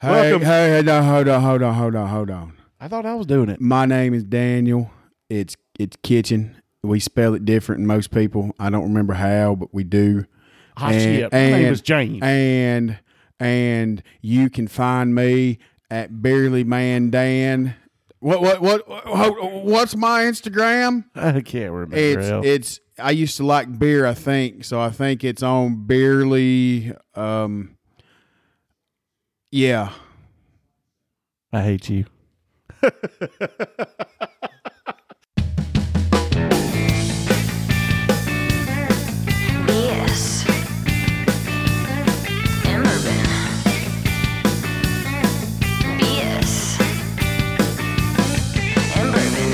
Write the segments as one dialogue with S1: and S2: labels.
S1: Hey,
S2: Welcome-
S1: hey, hey, no, hold on, hold on, hold on, hold on.
S2: I thought I was doing it.
S1: My name is Daniel. It's it's kitchen. We spell it different than most people. I don't remember how, but we do.
S2: Ah, shit. My name is James.
S1: And and you can find me at Barely Man Dan. What what what, what what's my Instagram?
S2: I can't remember.
S1: It's
S2: hell.
S1: it's I used to like beer, I think. So I think it's on barely um yeah.
S2: I hate you.
S3: Yes. Emberben. Yes. Emberben.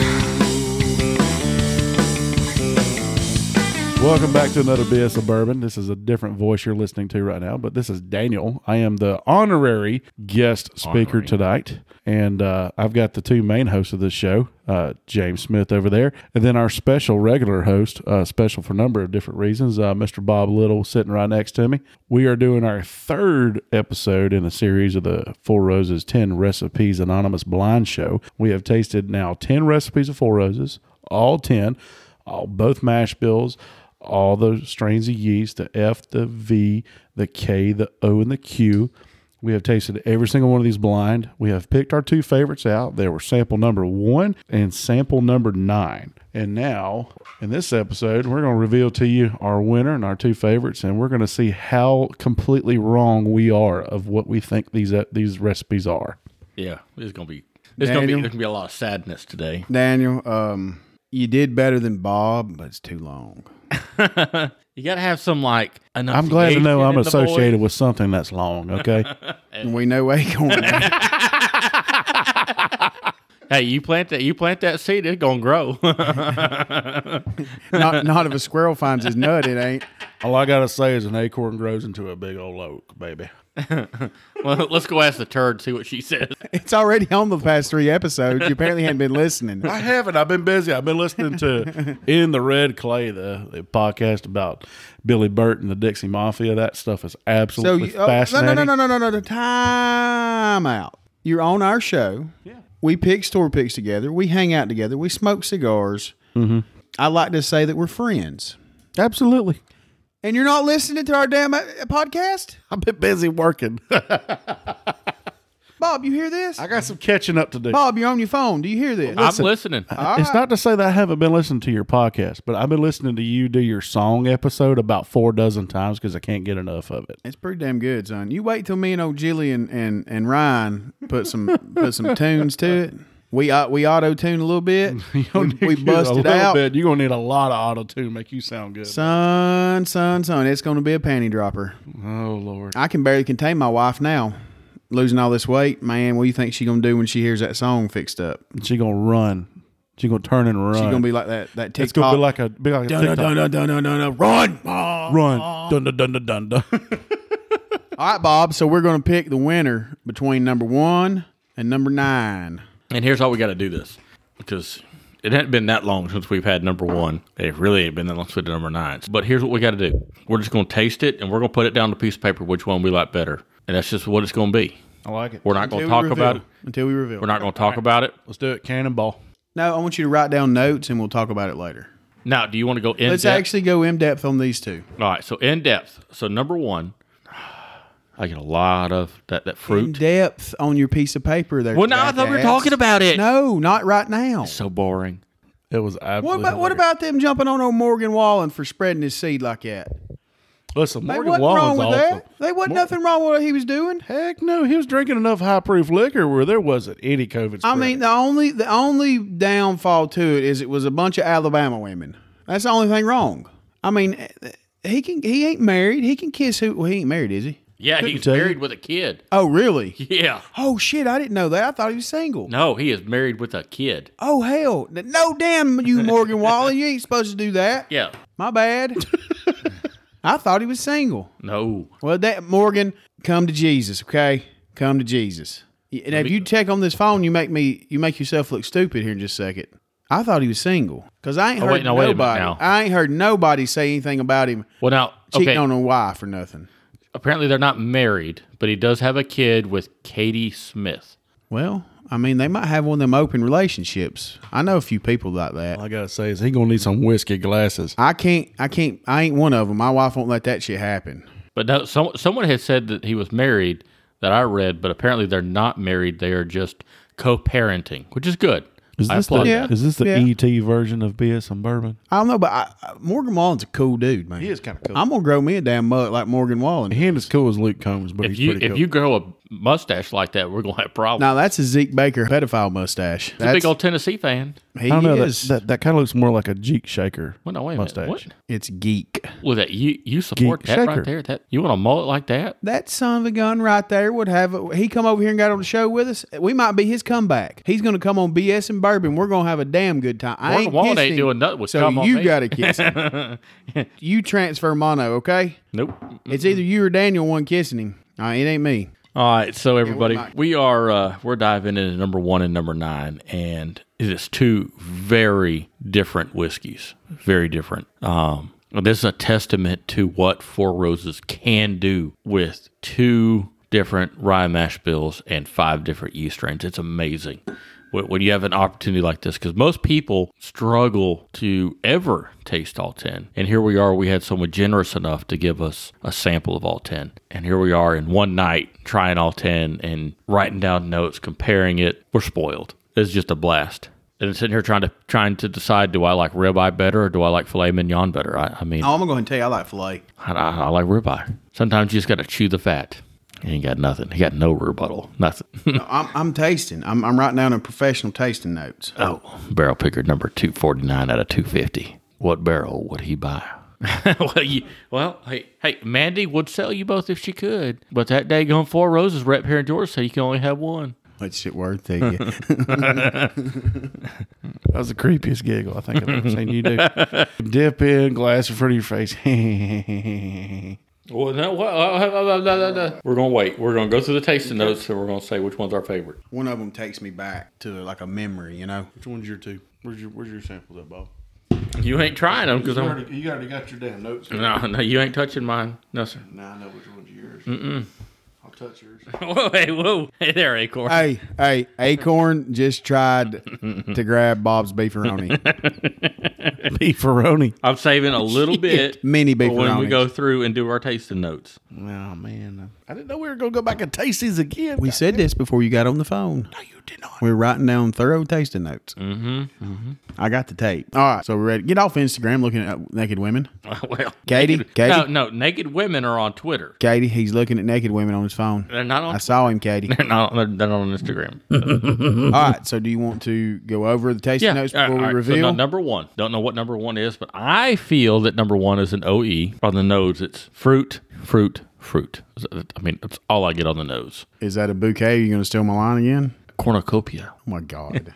S2: Welcome back to another BS of Bourbon. This is a different voice you're listening to right now, but this is Daniel. I am the honorary guest speaker tonight, and uh, I've got the two main hosts of this show, uh, James Smith over there, and then our special regular host, uh, special for a number of different reasons, uh, Mr. Bob Little sitting right next to me. We are doing our third episode in a series of the Four Roses 10 Recipes Anonymous Blind Show. We have tasted now 10 recipes of Four Roses, all 10 all both mash bills, all the strains of yeast, the F, the V, the K, the O, and the Q. We have tasted every single one of these blind. We have picked our two favorites out. They were sample number one and sample number nine. And now, in this episode, we're going to reveal to you our winner and our two favorites, and we're going to see how completely wrong we are of what we think these uh, these recipes are.
S4: Yeah, it's gonna be. It's gonna be.
S1: Daniel?
S4: There's gonna be a lot of sadness today.
S1: Daniel, um you did better than Bob, but it's too long.
S4: You gotta have some like.
S2: I'm glad to know I'm associated with something that's long. Okay,
S1: And we know acorn.
S4: Hey, you plant that. You plant that seed. It's gonna grow.
S1: not not if a squirrel finds his nut, it ain't.
S2: All I gotta say is an acorn grows into a big old oak, baby.
S4: well, let's go ask the turd. See what she says.
S1: It's already on the past three episodes. You apparently hadn't been listening.
S2: I haven't. I've been busy. I've been listening to In the Red Clay, the, the podcast about Billy Burt and the Dixie Mafia. That stuff is
S1: So
S2: absolutely
S1: you, oh, no,
S2: fascinating.
S1: no, no, no, no, no, no, no. Time out. You're on our show. Yeah. We pick store picks together. We hang out together. We smoke cigars. Mm-hmm. I like to say that we're friends.
S2: Absolutely.
S1: And you're not listening to our damn uh, podcast,
S2: I've been busy working.
S1: Bob. You hear this?
S2: I got some catching up to do.
S1: Bob, you're on your phone. Do you hear this?
S4: I'm listening.
S1: Ah.
S2: it's not to say that I haven't been listening to your podcast, but I've been listening to you do your song episode about four dozen times because I can't get enough of it.
S1: It's pretty damn good, son. You wait till me and old Jilly and, and, and Ryan put some put some tunes to it. We uh, we auto tune a little bit. we we bust it out.
S2: You're gonna need a lot of auto tune make you sound good.
S1: Son, son, son. It's going to be a panty dropper.
S2: oh Lord.
S1: I can barely contain my wife now. Losing all this weight, man. What do you think she gonna do when she hears that song fixed up?
S2: She gonna run. She gonna turn and run.
S1: She gonna be like that that TikTok.
S2: It's gonna be like a be like a
S1: dun, dun,
S2: TikTok.
S1: dun, dun, dun, dun, dun, dun, run, Bob.
S2: Run. Dun dun dun dun dun. dun.
S1: All right, Bob. So we're gonna pick the winner between number one and number nine.
S4: and here's how we gotta do this because. It hadn't been that long since we've had number one. It really ain't been that long since we had number nine. But here's what we got to do: we're just going to taste it, and we're going to put it down on a piece of paper which one we like better, and that's just what it's going to be.
S2: I like it.
S4: We're not going to
S1: Until we
S4: talk
S1: reveal-
S4: about it.
S1: until we reveal.
S4: We're not going to talk about it.
S2: Let's do it. Cannonball.
S1: No, I want you to write down notes and we'll talk about it later.
S4: Now, do you want to go in?
S1: Let's
S4: depth?
S1: actually go in depth on these two.
S4: All right, so in depth. So number one, I get a lot of that that
S1: In
S4: fruit.
S1: depth on your piece of paper there.
S4: Well, no, I thought we were talking about it.
S1: No, not right now.
S4: So boring.
S2: It was absolutely.
S1: What about what
S2: hilarious.
S1: about them jumping on old Morgan Wallen for spreading his seed like that?
S2: Listen,
S1: They
S2: Morgan
S1: wasn't
S2: Wallen's
S1: wrong with
S2: awesome.
S1: that. They wasn't nothing wrong with what he was doing.
S2: Heck no, he was drinking enough high proof liquor where there wasn't any COVID.
S1: I mean, the only the only downfall to it is it was a bunch of Alabama women. That's the only thing wrong. I mean, eh, he can he ain't married. He can kiss who? Well, he ain't married, is he?
S4: Yeah, he's
S2: tell you.
S4: married with a kid.
S1: Oh, really?
S4: Yeah.
S1: Oh shit! I didn't know that. I thought he was single.
S4: No, he is married with a kid.
S1: Oh hell! No, damn you, Morgan Wallen. You ain't supposed to do that.
S4: Yeah.
S1: My bad. I thought he was single.
S4: No.
S1: Well, that Morgan, come to Jesus, okay? Come to Jesus. Y- And if you check on this phone, you make me, you make yourself look stupid here in just a second. I thought he was single because I ain't
S4: Oh,
S1: heard
S4: wait, now, wait a minute
S1: nobody.
S4: now.
S1: I ain't heard nobody say anything about him
S4: Well, now,
S1: cheating
S4: okay.
S1: on a wife or nothing.
S4: Apparently, they're not married, but he does have a kid with Katie Smith.
S1: Well, I mean, they might have one of them open relationships. I know a few people like that.
S5: All I gotta say is he gonna need some whiskey glasses.
S1: I can't, I can't, I ain't one of them. My wife won't let that shit happen.
S4: But no, some, someone had said that he was married that I read, but apparently they're not married. They are just co-parenting, which is good.
S5: Is
S4: I
S5: this the
S4: applaud
S1: yeah.
S4: that.
S5: is this the
S1: Yeah.
S5: ET version of BS and bourbon?
S1: I don't know, but I, I- Morgan Wallen's a cool dude, man.
S5: He is kinda cool.
S1: I'm gonna grow me a damn mug like Morgan Wallen.
S5: He ain't as cool as Luke Combs, but
S4: If
S5: he's
S4: you
S5: pretty
S4: if
S5: cool.
S4: you grow a mustache like that, we're gonna have problems.
S1: Now that's a Zeke Baker pedophile mustache.
S4: He's a
S1: That's
S4: big old Tennessee fan.
S1: he
S5: I don't know
S1: is.
S5: that that, that kind of looks more like a Jeek shaker.
S4: Well, no, wait a
S5: mustache.
S4: minute. What?
S1: it's geek.
S4: Well, that you you support
S5: Geek
S4: that
S5: shaker.
S4: right there? That you want a mullet like that?
S1: That son of a gun right there would have. A, he come over here and got on the show with us. We might be his comeback. He's gonna come on BS and bourbon. We're gonna have a damn good time. I
S4: Morgan
S1: ain't
S4: Wallen
S1: kissed
S4: ain't
S1: him,
S4: doing nothing with
S1: So
S4: come on
S1: you
S4: me.
S1: gotta kiss him. you transfer mono, okay?
S4: Nope.
S1: It's either you or Daniel one kissing him. Uh, it ain't me.
S4: All right, so everybody,
S1: might-
S4: we are uh, we're diving into number one and number nine, and it is two very different whiskeys, very different. Um, this is a testament to what Four Roses can do with two different rye mash bills and five different yeast strains. It's amazing when, when you have an opportunity like this, because most people struggle to ever taste all ten. And here we are. We had someone generous enough to give us a sample of all ten, and here we are in one night trying all ten and writing down notes, comparing it. We're spoiled. It's just a blast. And sitting here trying to trying to decide, do I like ribeye better or do I like filet mignon better? I, I mean,
S1: Oh, I'm gonna go ahead and tell you I like filet.
S4: I, I, I like ribeye. Sometimes you just got to chew the fat. You ain't got nothing. You got no rebuttal. Nothing.
S1: I'm, I'm tasting. I'm, I'm writing down a professional tasting notes.
S4: Oh, barrel picker number 249 out of 250. What barrel would he buy? well, you, well, hey, hey, Mandy would sell you both if she could, but that day going four roses rep here in Georgia said you can only have one.
S1: That shit worth to you.
S5: That was the creepiest giggle I think I've ever seen you do. Dip in, glass in front of your face.
S4: Well, uh, no, we're gonna wait. We're gonna go through the tasting notes, and we're gonna say which one's our favorite.
S1: One of them takes me back to like a memory, you know.
S5: Which one's your two? Where's your Where's your samples at, Bob?
S4: You ain't trying them because I'm.
S5: you already got your damn notes.
S4: No, no, you ain't touching mine. No, sir.
S5: Now I know which one's yours. I'll touch yours.
S4: whoa, hey, whoa, hey there, Acorn.
S1: Hey, hey, Acorn just tried to grab Bob's beefaroni.
S5: Beefaroni.
S4: I'm saving a little bit
S1: Mini
S4: for when we
S1: beefaronis.
S4: go through and do our tasting notes.
S5: Oh man, I didn't know we were gonna go back and taste these again.
S1: We said this before you got on the phone.
S5: no, you did not.
S1: We are writing down thorough tasting notes. Mm-hmm, I got the tape. All right, so we're ready. Get off Instagram looking at naked women.
S4: well,
S1: Katie,
S4: naked-
S1: Katie?
S4: No, no, naked women are on Twitter.
S1: Katie, he's looking at naked women on his phone.
S4: They're not on.
S1: I saw him, Katie.
S4: They're not. They're not on Instagram.
S1: All right, so do you want to go over the tasting
S4: yeah.
S1: notes
S4: All right,
S1: before we
S4: all right.
S1: reveal?
S4: So no, number one. Don't know what number one is, but I feel that number one is an OE on the nose. It's fruit, fruit, fruit. I mean, that's all I get on the nose.
S1: Is that a bouquet? Are you going to steal my line again?
S4: Cornucopia.
S1: Oh my god.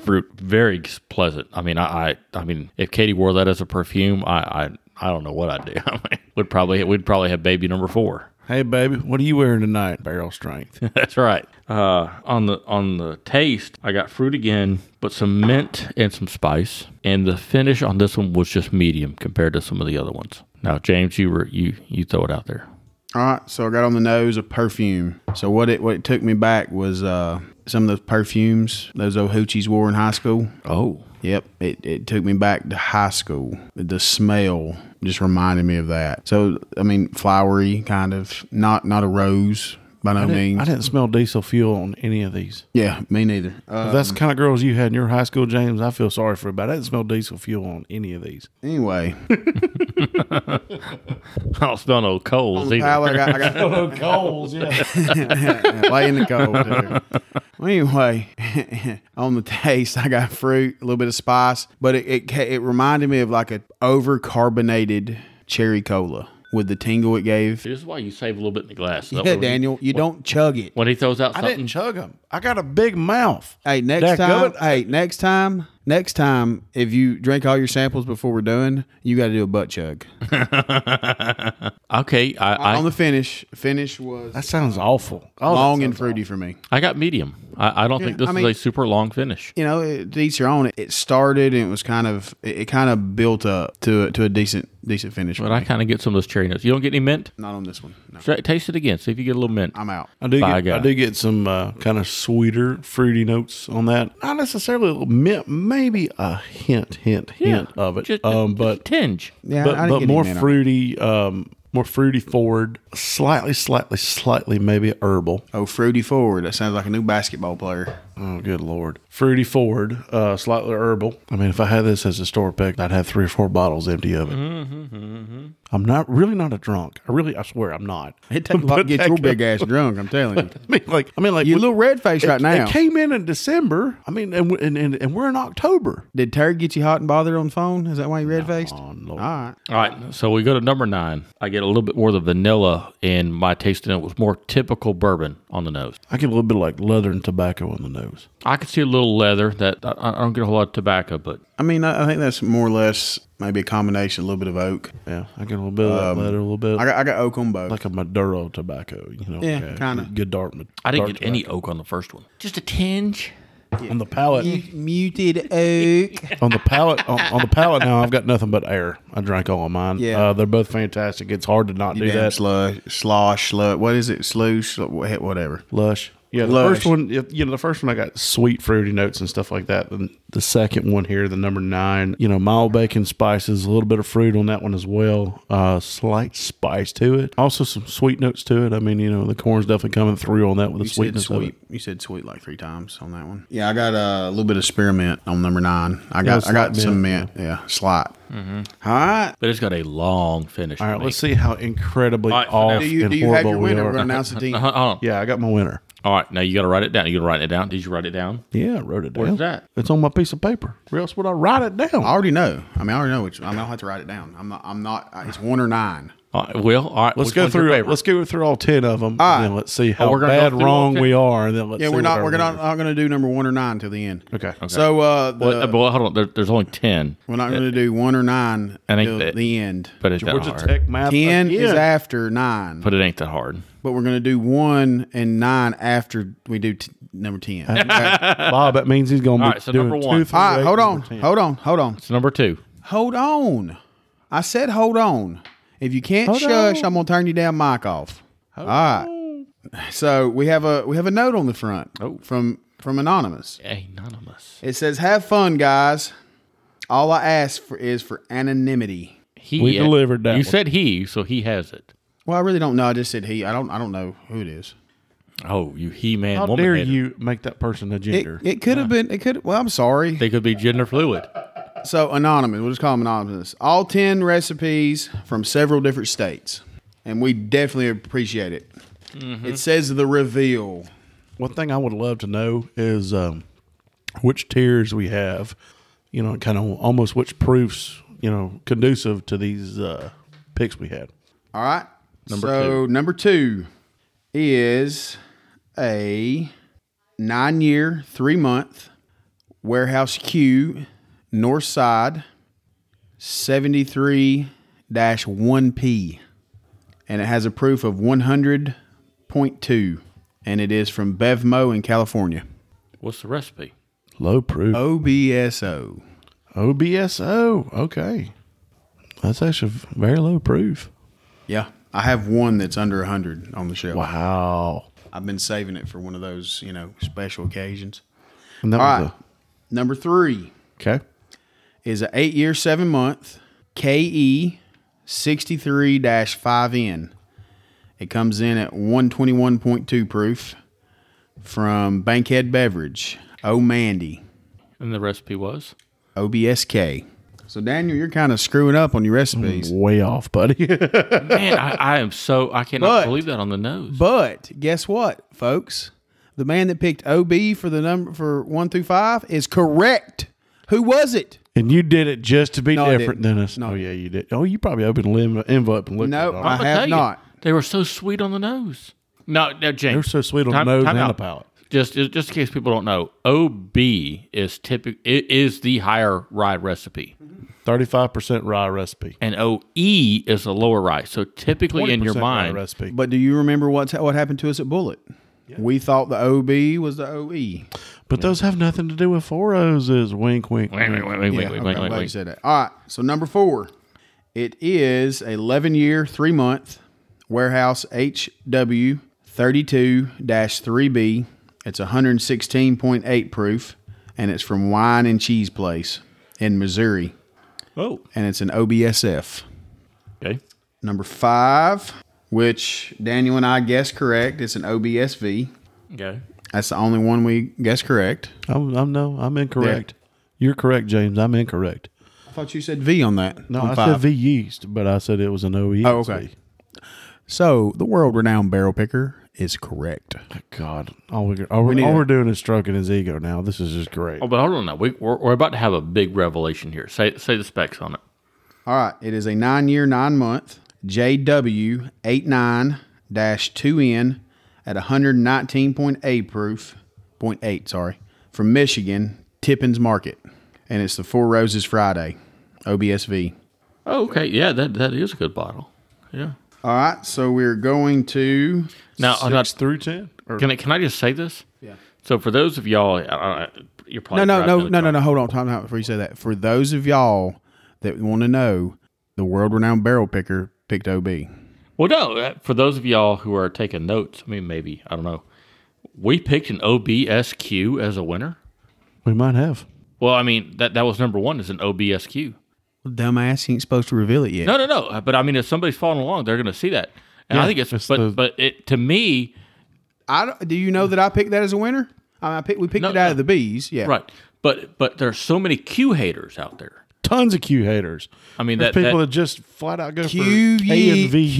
S4: fruit. Very pleasant. I mean, I, I, I mean, if Katie wore that as a perfume, I, I, I don't know what I'd do. I mean, would probably, we'd probably have baby number four.
S5: Hey baby, what are you wearing tonight? Barrel strength.
S4: That's right. Uh, on the on the taste, I got fruit again, but some mint and some spice. And the finish on this one was just medium compared to some of the other ones. Now, James, you were you you throw it out there.
S1: All right, so I got on the nose of perfume. So what it what it took me back was uh, some of those perfumes those old hoochies wore in high school.
S4: Oh,
S1: Yep, it, it took me back to high school. The smell just reminded me of that. So I mean, flowery kind of not not a rose by no
S5: I didn't,
S1: means.
S5: I didn't smell diesel fuel on any of these.
S1: Yeah, me neither. Uh,
S5: If that's the kind of girls you had in your high school, James. I feel sorry for you, but I didn't smell diesel fuel on any of these.
S1: anyway,
S4: I don't smell no coals either.
S1: Tyler, Um, I got, I got
S5: Oh, coals, yeah.
S1: Lay in the cold. Well, anyway, on the taste, I got fruit, a little bit of spice, but it it, ca- it reminded me of like a over carbonated cherry cola with the tingle it gave.
S4: This is why you save a little bit in the glass. That
S1: Yeah,
S4: way
S1: Daniel, you don't chug it.
S4: When he throws out
S5: I
S4: something,
S5: didn't chug them. I got a big mouth.
S1: Hey, next
S5: That
S1: time.
S5: good?
S1: Hey, next time. Next time, if you drink all your samples before we're done, you got to do a butt chug
S4: Okay, I I,
S1: on the finish. Finish was
S5: That sounds awful. Oh, that
S1: long and
S5: sounds
S1: fruity for me.
S4: I got medium. I, I don't think this
S1: I
S4: is
S1: mean-
S4: a super long finish.
S1: You know, it, to each your own. It started and it was kind of it, it kind of built up to a, to a decent decent finish.
S4: But I kind of get some of those cherry notes. You don't get any mint?
S1: Not on this one. No,
S4: Try, taste it again. See if you get a little mint.
S1: I'm out.
S2: I do,
S4: By
S2: get,
S4: God.
S2: I do get some uh, kind of sweeter, fruity notes on that. Not necessarily a little mint, maybe a hint, hint, hint of it.
S4: Just,
S2: um,
S4: just a
S2: but
S4: tinge.
S1: Yeah, I
S2: but,
S1: didn't
S2: but
S1: get
S2: more
S1: any man on
S2: fruity, um, more fruity forward, slightly, slightly, slightly, maybe herbal.
S1: it. Oh, fruity forward. That sounds like a new basketball player.
S2: Oh, good lord, fruity forward, uh, slightly herbal. I mean, if I had this as a store pick, I'd have three or four bottles empty of it.
S1: Mm-hmm,
S2: I'm not really not a drunk. I really, I swear, I'm not.
S1: It takes a lot to get your big ass drunk. I'm telling you.
S2: I mean, like, I mean, like
S1: You
S2: we-
S1: little red face
S2: it,
S1: right now.
S2: It came in in December. I mean, and we- and and, and we're in October.
S1: Did Terry get you hot and bothered on the phone? Is that why you red faced?
S2: Oh,
S1: All
S2: Lord.
S1: right.
S4: All right, so we go to number nine. I get a little bit more of the vanilla in my taste, and it was more typical bourbon on the nose.
S2: I get a little bit of like leather and tobacco on the nose.
S4: I could see a little leather. That I, I don't get a whole lot of tobacco, but
S1: I mean, I I think that's more or less maybe a combination, a little bit of oak.
S2: Yeah, I get a little bit of that leather, a little bit
S1: Um, I got, I got oak on both.
S2: like a Maduro tobacco. You know,
S1: Yeah,
S2: like a
S1: kinda.
S2: good dark. ma-
S4: I didn't
S2: dark
S4: get any oak on the first one. Just a tinge.
S2: tobacco. on the palate.
S1: Muted oak.
S2: on the palate on, on the palate now I've got nothing but air. I drank all of mine.
S1: Yeah.
S2: Uh, they're both fantastic. It's hard to not do
S1: Damn
S2: that.
S1: slush, slosh, slu What is it? Slush, slu- wha- whatever.
S2: Lush. Yeah, the
S1: Lush.
S2: first one, you know, the first one I got sweet fruity notes and stuff like that. And the second one here, the number nine, you know, mild bacon spices, a little bit of fruit on that one as well. Uh, slight spice to it. Also some sweet notes to it. I mean, you know, the corn's definitely coming through on that with the
S1: You
S2: sweetness
S1: said
S2: of
S1: sweet.
S2: it.
S1: You said sweet like three times on that one. Yeah, I got uh, a little bit of spearmint on number nine. I got I
S2: slight
S1: got
S2: bit,
S1: some mint. Yeah, slight. All right.
S4: But it's got a long finish.
S2: All
S4: for
S2: right,
S4: me.
S2: let's see how incredibly
S4: All right, so now-
S2: off
S1: Do you
S2: and
S1: do you have
S2: horrible
S1: your
S2: we
S1: winner? We're gonna
S2: are.
S1: announce the team.
S4: Uh, hold on.
S2: Yeah, I got my winner.
S4: All right, now you got to write it down. You got to write it down. Did you write it down?
S2: Yeah, I wrote it down.
S4: Where's that?
S2: It's on my piece of paper. Where else would I write it down?
S1: I already know. I mean, I already know. Which I mean, I don't have to write it down. I'm not. I'm not. uh, It's one or nine.
S4: All right, well, all right.
S2: Let's
S4: which
S2: go
S4: one's your
S2: through.
S4: favorite?
S2: Let's go through all ten of them.
S1: All right.
S2: And then let's see how
S4: we're gonna go
S2: bad
S4: through all
S2: wrong
S4: 10?
S2: we are. And then let's
S1: Yeah,
S2: see
S1: we're
S2: what
S1: not.
S2: our
S1: We're not,
S2: winner
S1: not going to do number one or nine till the end.
S2: is. Okay.
S1: So uh, the,
S4: Well, uh, well, hold on. There, there's only ten.
S1: we're not going to do one or nine
S4: I think
S1: till
S4: that-
S1: the end.
S4: But it's
S2: Georgia
S4: that hard.
S2: Tech math
S1: Ten is
S2: again.
S1: after nine,
S4: But it ain't that hard.
S1: but we're going to do one and nine after we do t- number ten. Okay.
S2: Bob. That means he's going to be
S4: All right, so
S2: doing
S4: number one.
S2: two, three,
S1: All right,
S2: eight,
S1: hold
S2: number
S1: on,
S2: 10.
S1: hold on, hold on,
S4: It's number two.
S1: hold on. I said hold on. If you can't shush, I'm going to turn your damn mic off. All right. So we have a we have a note on the front from from anonymous.
S4: Anonymous.
S1: It says, "Have fun, guys. All I ask for is for anonymity."
S4: He uh,
S2: We delivered that
S4: You
S2: one.
S4: said he, so he has it.
S1: Well, I really don't know. I just said he. I don't. I don't know who it is.
S4: Oh, you he man.
S2: How
S4: woman
S2: dare
S4: hater.
S2: you make that person a
S1: It,
S2: gender?
S1: it could have been. It could. Well, I'm sorry.
S4: They could be gender fluid.
S1: So anonymous. We'll just call him anonymous. All ten recipes from several different states, and we definitely appreciate it. It says the reveal.
S2: One thing I would love to know is um, which tiers we have. You know, kind of almost which proofs you know conducive to these uh, picks we had.
S1: All right. so number two is a nine-year, three-month warehouse Q North Side seventy-three dash one P, and it has a proof of one hundred point two, and it is from Bevmo in California.
S4: What's the recipe?
S2: Low proof.
S1: OBSO.
S2: OBSO. Okay. That's actually very low proof.
S1: Yeah, I have one that's under hundred on the shelf.
S2: Wow.
S1: I've been saving it for one of those, you know, special occasions.
S2: And that
S1: All
S2: was
S1: right. Number three
S2: a, okay.
S1: is a eight year, seven month KE 63 5N. It comes in at 121.2 proof from Bankhead Beverage, Oh Mandy,
S4: And the recipe was?
S1: OBSK. So, Daniel, you're kind of screwing up on your recipes.
S2: Way off, buddy.
S4: Man, I, I am so I cannot
S1: But-
S4: believe that on the nose.
S1: But guess what, folks? The man that picked OB for the number for one through five is correct. Who was it?
S2: and you did it just to be
S1: No, I
S2: different
S1: didn't.
S2: than us.
S1: No.
S2: Oh yeah, you did. Oh, you probably opened an env- envelope and looked.
S1: No,
S2: at it.
S1: I
S4: I'ma
S1: have
S4: tell you,
S1: not.
S4: They were so sweet on the nose. No, no, James.
S2: They're so sweet on the nose and the palate.
S4: Just just in case people don't know, OB is typic it is the higher rye recipe,
S2: Thirty-five percent rye recipe.
S4: and OE is the lower rye. So typically in your
S2: 20% rye
S4: mind,
S2: recipe.
S1: But do you remember what what happened to us at Bullet? We thought the OB was the E. OE.
S2: But those have nothing to do with four O's. Is wink, wink.
S4: wait, wait, wait, wait,
S1: Yeah, okay,
S4: wait, wait,
S1: I'm
S4: wait,
S1: glad you
S4: wait.
S1: said that. All right, so number four, it is a 11 year, three month warehouse HW 32 3B. It's 116.8 proof, and it's from Wine and Cheese Place in Missouri,
S4: Oh,
S1: and it's an OBSF.
S4: okay.
S1: Number five, which Daniel and I guessed correct, it's an OBSV.
S4: Okay.
S1: That's the only one we guessed correct.
S2: I'm, I'm no. I'm incorrect. You're correct, James. I'm incorrect.
S1: I thought you said V on that.
S2: No,
S1: on
S2: I said
S1: five.
S2: V yeast, but I said it was an E OE.
S1: Oh, okay. So the world renowned barrel picker is correct.
S2: God, all we all, we
S1: need
S2: all
S1: a-
S2: we're doing is stroking his ego now. This is just great.
S4: Oh, but hold on now. We, we're, we're about to have a big revelation here. Say say the specs on it.
S1: All right. It is a nine year, nine month JW89 2N at 119.8 proof, 0.8, sorry, from Michigan, Tippins Market. And it's the Four Roses Friday, OBSV.
S4: Oh, okay. Yeah, that that is a good bottle. Yeah.
S1: All right. So we're going to.
S4: Now, I'm not-
S2: through ten. Or,
S4: can I can I just say this? Yeah. So for those of y'all, I, I, you're
S1: No,
S4: probably
S1: no,
S4: driving
S1: no,
S4: in
S1: no,
S4: a
S1: no,
S4: car.
S1: no. Hold on. Time out before you say that. For those of y'all that want to know, the world renowned barrel picker picked OB.
S4: Well, no. uh, For those of y'all who are taking notes, I mean, maybe I don't know. We picked an OBSQ as a winner.
S2: we might have.
S4: Well, I mean that that was number one is an OBSQ.
S1: Dumbass, he ain't supposed to reveal it yet.
S4: No, no, no. But I mean, if somebody's following along, they're going to see that. And I think it's,
S2: it's
S4: but
S2: the-
S4: but it to me
S1: I don't- do you know that I picked that as a winner? I, mean, I picked, we picked
S4: No,
S1: it out
S4: no.
S1: of the bees. Yeah.
S4: right. But but there's so many Q haters out there.
S2: Tons of Q haters.
S4: I mean,
S2: There's
S4: that-
S2: people
S4: that-
S2: that, just flat out go
S1: Q,
S2: for A
S1: ye-
S2: and V yeast.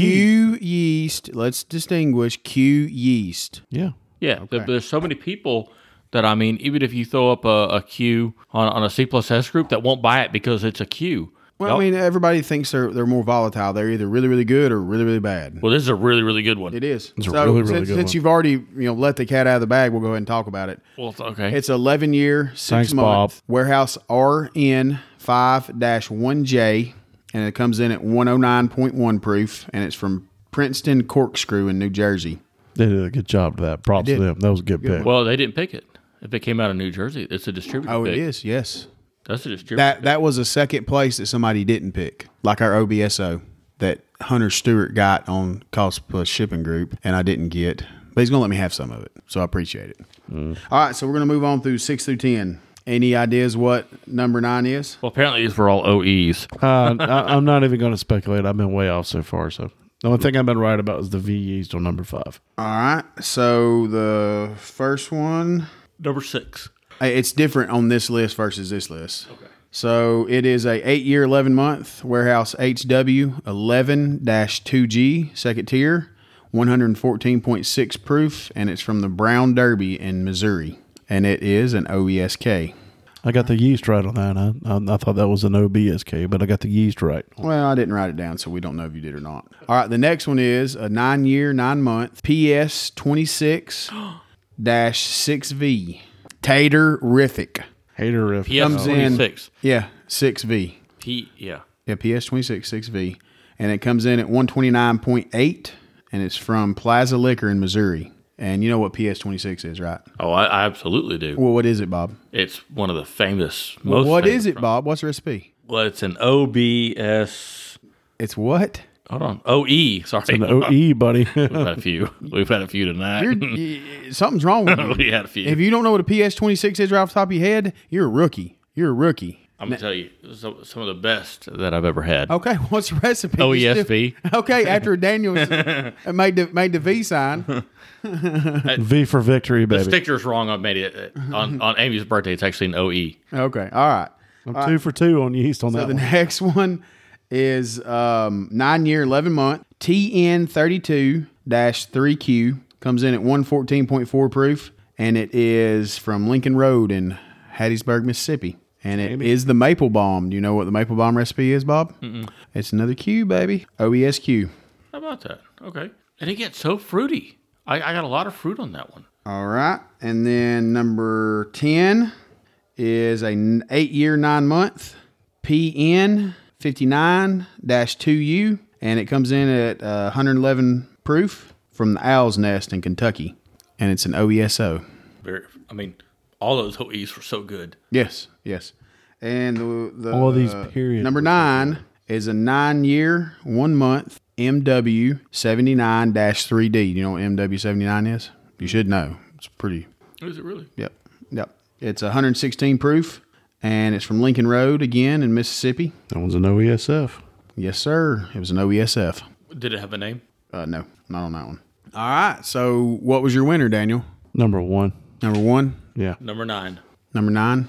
S1: Q yeast. Let's distinguish Q yeast.
S2: Yeah.
S4: Yeah, there- there's so many people that I mean, even if you throw up a, a Q on, on a C plus S group that won't buy it because it's a Q.
S1: Well, I mean, everybody thinks they're they're more volatile. They're either really really good or really really bad.
S4: Well, this is a really really good one.
S1: It is.
S2: a really, really
S1: since,
S2: good
S1: since
S2: one.
S1: you've already you know let the cat out of the bag, we'll go ahead and talk about it.
S4: Well, it's- okay.
S1: It's 11 year, six
S2: Thanks,
S1: month
S2: Bob.
S1: warehouse RN 5 1J, and it comes in at 109.1 proof, and it's from Princeton Corkscrew in New Jersey.
S2: They did a good job to that. Props to
S1: did.
S2: them. That was a good, pick.
S4: well, they didn't pick it. If it came out of New Jersey, it's a distributor.
S1: Oh, it
S4: pick.
S1: is. Yes.
S4: That's a distributor.
S1: That that was a second place that somebody didn't pick, like our OBSO that Hunter Stewart got on Cost Plus Shipping Group, and I didn't get. But he's gonna let me have some of it, so I appreciate it.
S2: Mm.
S1: All right, so we're gonna move on through six through ten. Any ideas what number nine is?
S4: well, apparently these were all OEs.
S2: Uh, I, I'm not even going to speculate. I've been way off so far. So the only thing I've been right about is the V yeast on number five.
S1: All right, so the first one
S4: Number six.
S1: Uh, It's different on this list versus this list. Okay. So it is a eight year, eleven month warehouse HW eleven two G second tier, one hundred fourteen point six proof, and it's from the Brown Derby in Missouri, and it is an E OESK.
S2: I got the yeast right on that. I, I, I thought that was an OBSK, but I got the yeast right.
S1: Well, I didn't write it down, so we don't know if you did or not. All right, the next one is a nine year, nine month PS twenty six dash six V Tater Rific.
S2: Hater if
S4: PS twenty six.
S1: Yeah, six V.
S4: P. Yeah.
S1: Yeah, PS26 6V. And it comes in at 129.8, and it's from Plaza Liquor in Missouri. And you know what PS26 is, right?
S4: Oh, I, I absolutely do.
S1: Well, what is it, Bob?
S4: It's one of the famous.
S1: What is
S4: Most
S1: it, Bob? What's the recipe?
S4: Well, it's an OBS.
S1: It's what?
S4: Hold on. OE. Sorry.
S2: an OE, buddy.
S4: We've had a few. We've had a few tonight.
S1: E. You're, y- something's wrong with you.
S4: we had a few.
S1: If you don't know what a PS26 is right off the top of your head, you're a rookie. You're a rookie.
S4: I'm gonna tell you some, some of the best that I've ever had.
S1: Okay, what's the recipe?
S4: OESV.
S1: Okay, after Daniel made the made the V sign.
S2: v for victory,
S4: the
S2: baby.
S4: sticker's wrong. I made it uh,
S1: Mm-hmm.
S4: on, on Amy's birthday. It's actually an E. OE.
S1: Okay, all right.
S2: I'm two for two on yeast on
S1: So
S2: that
S1: the
S2: one.
S1: next one is um, nine year, 11 month TN32 3Q. Comes in at 114.4 proof, and it is from Lincoln Road in Hattiesburg, Mississippi. And it is the maple bomb. Do you know what the maple bomb recipe is, Bob? It's another Q, baby. OESQ.
S4: How about that? Okay. And it gets so fruity. I- I, I got a lot of fruit on that one.
S1: All right. And then number 10 is a n- eight year, nine month PN 59 2U. And it comes in at uh, 111 proof from the Owl's Nest in Kentucky. And it's an E OESO.
S4: Very, I mean, all those OEs were so good.
S1: Yes. Yes. And the, the
S2: All these periods
S1: Number
S2: were
S1: nine is a nine year, one month MW 79 3D. Do you know what MW 79 is? You should know. It's pretty
S4: Is it really?
S1: Yep. Yep. It's 116 proof and it's from Lincoln Road again in Mississippi.
S2: That one's an E OESF.
S1: Yes, sir. It was an OESF.
S4: Did it have a name?
S1: Uh, no, not on that one. All right. So, what was your winner, Daniel?
S2: Number one.
S1: Number one,
S2: Yeah.
S4: Number nine.
S1: number nine.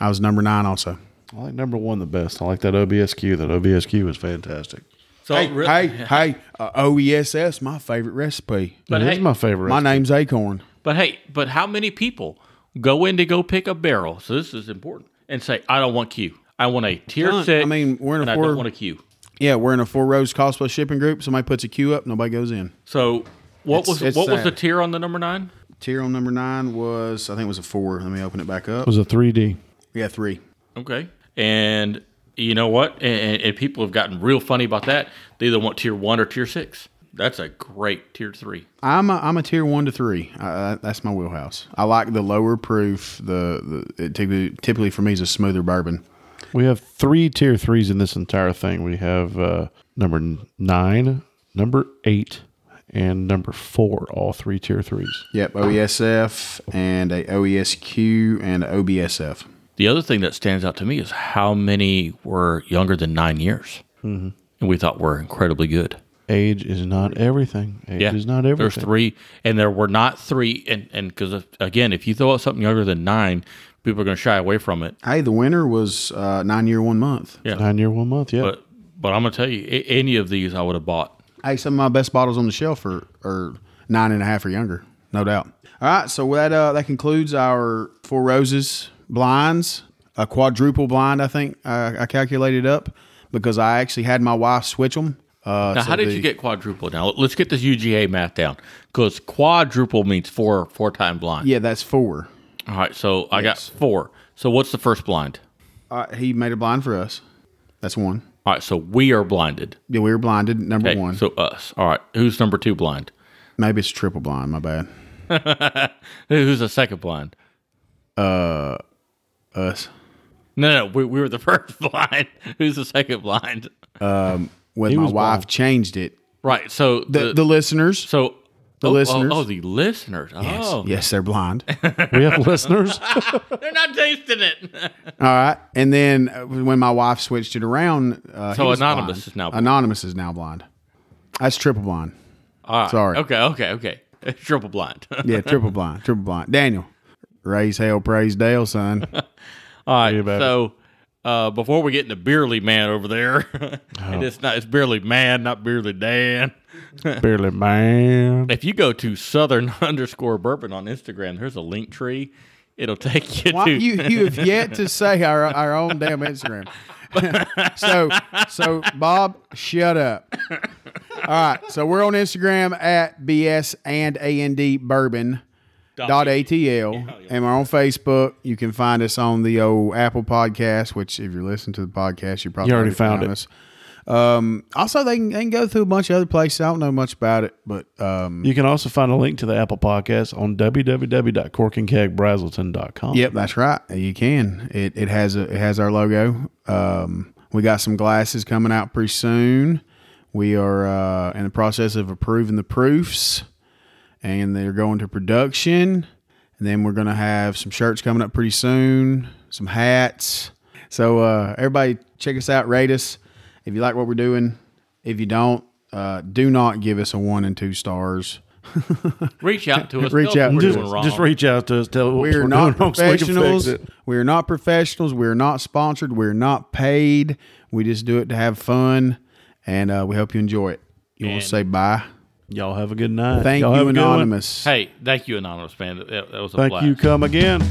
S1: I was number nine also.
S2: I like number one the best. I like that OBSQ. That OBSQ is fantastic.
S4: So
S1: Hey,
S4: re-
S1: hey, hey, uh, OESF's my favorite recipe.
S4: But
S2: it is
S4: hey-
S2: my favorite.
S1: My name's Acorn.
S4: But hey, but how many people go in to go pick a barrel? So this is important. And say, I don't want Q. I want a tier
S1: Done.
S4: six.
S1: I mean, we're in a
S4: and I
S1: four-
S4: don't want a Q.
S1: Yeah, we're in a four rows cost plus shipping group. Somebody puts a queue up, nobody goes in.
S4: So what
S1: It's-
S4: was
S1: it's
S4: what was
S1: sad.
S4: the tier on the number nine?
S1: Tier on number nine was, I think it was a four. Let me open it back up.
S2: was a 3D.
S1: Yeah, three.
S4: Okay. And you know what? And, and, and people have gotten real funny about that. They either want tier one or tier six. That's a great tier three.
S1: I'm a, I'm a tier one to three. Uh, that's my wheelhouse. I like the lower proof. The, the it typically, typically for me is a smoother bourbon.
S2: We have three tier threes in this entire thing. We have uh, number n- nine, number eight, and number four. All three tier threes.
S1: Yep, OESF and a OESQ and a OBSF.
S4: The other thing that stands out to me is how many were younger than nine years,
S2: Mm-hmm.
S4: and we thought were incredibly good.
S2: Age is not everything. Age is not everything.
S4: There's three, and there were not three, and and because again, if you throw out something younger than nine, people are going to shy away from it.
S1: Hey, the winner was uh, nine year one month.
S2: Nine year, one month. Yeah.
S4: But but I'm going to tell you, a- any of these I would have bought.
S1: Hey, some of my best bottles on the shelf are, are nine and a half or younger, no doubt. All right, so that uh, that concludes our four roses blinds, a quadruple blind. I think uh, I calculated up because I actually had my wife switch them. Uh,
S4: Now,
S1: so
S4: how did
S1: the-
S4: you get quadruple? Now let's get this UGA math down because quadruple means four four time blind.
S1: Yeah, that's four.
S4: All right, so I got four. So what's the first blind?
S1: Uh, he made a blind for us. That's one.
S4: All right, so we are blinded.
S1: Yeah, we were blinded. Number
S4: Okay,
S1: one.
S4: so us. All right, who's number two blind?
S1: Maybe it's triple blind. My bad.
S4: Who's the second blind?
S1: Us.
S4: No, no, we, we were the first blind. Who's the second blind?
S1: When my
S2: was
S1: wife
S2: blind.
S1: changed it,
S4: Right. So
S1: the, the, listeners.
S4: So the
S1: listeners.
S4: Oh, the listeners. Oh,
S1: Yes, they're blind. All
S2: we have listeners.
S4: they're not tasting it.
S1: right. And then uh, when my wife switched it around, uh,
S4: So
S1: he was
S4: Anonymous
S1: blind.
S4: is now blind.
S1: anonymous is now blind. That's triple blind.
S4: All right.
S1: Sorry.
S4: Ah, Okay. Okay. Okay. Triple blind.
S1: Yeah, triple blind. Triple blind. Daniel, raise hell, praise Dale, son.
S4: All right.
S2: about
S4: So uh, before we get into Beerly Man over there, and it's not it's Beerly Man, not Beerly Dan.
S2: Barely man.
S4: If you go to Southern underscore Bourbon on Instagram, there's a link tree. It'll take you
S1: Why,
S4: to
S1: you you have yet to say our our own damn Instagram. so so Bob, shut up. All right, so we're on Instagram at bs and and bourbon dot atl, and we're on Facebook. You can find us on the old Apple Podcast, which if you're listening to the podcast, you probably
S2: You already found it.
S1: us. Um, also, they can, they can go through a bunch of other places. I don't know much about it, but um,
S2: You can also find a link to the Apple Podcast on www.corkandkegbrazelton.com.
S1: Yep, that's right. You can. It it has a, it has our logo. Um, we got some glasses coming out pretty soon. We are uh, in the process of approving the proofs, and they're going to production. And then we're gonna have some shirts coming up pretty soon, some hats. So uh, everybody, check us out. Rate us if you like what we're doing. If you don't, uh, do not give us a one and two stars.
S4: reach out to us.
S1: Reach
S4: Tell
S1: out.
S4: us what we're
S2: Just,
S4: doing wrong.
S2: just reach out to us. Tell us what
S1: We're
S2: we're
S1: not
S2: doing wrong so we can fix
S1: professionals.
S2: it.
S1: We're not professionals. We're not sponsored. We're not paid. We just do it to have fun, and uh, we hope you enjoy it. You want to say bye?
S2: Y'all have a good night.
S1: Thank
S2: Y'all have
S1: you,
S2: a good one.
S1: Anonymous.
S4: Hey, thank you, anonymous man. That, that was a
S2: Thank
S4: blast.
S2: you. Come again.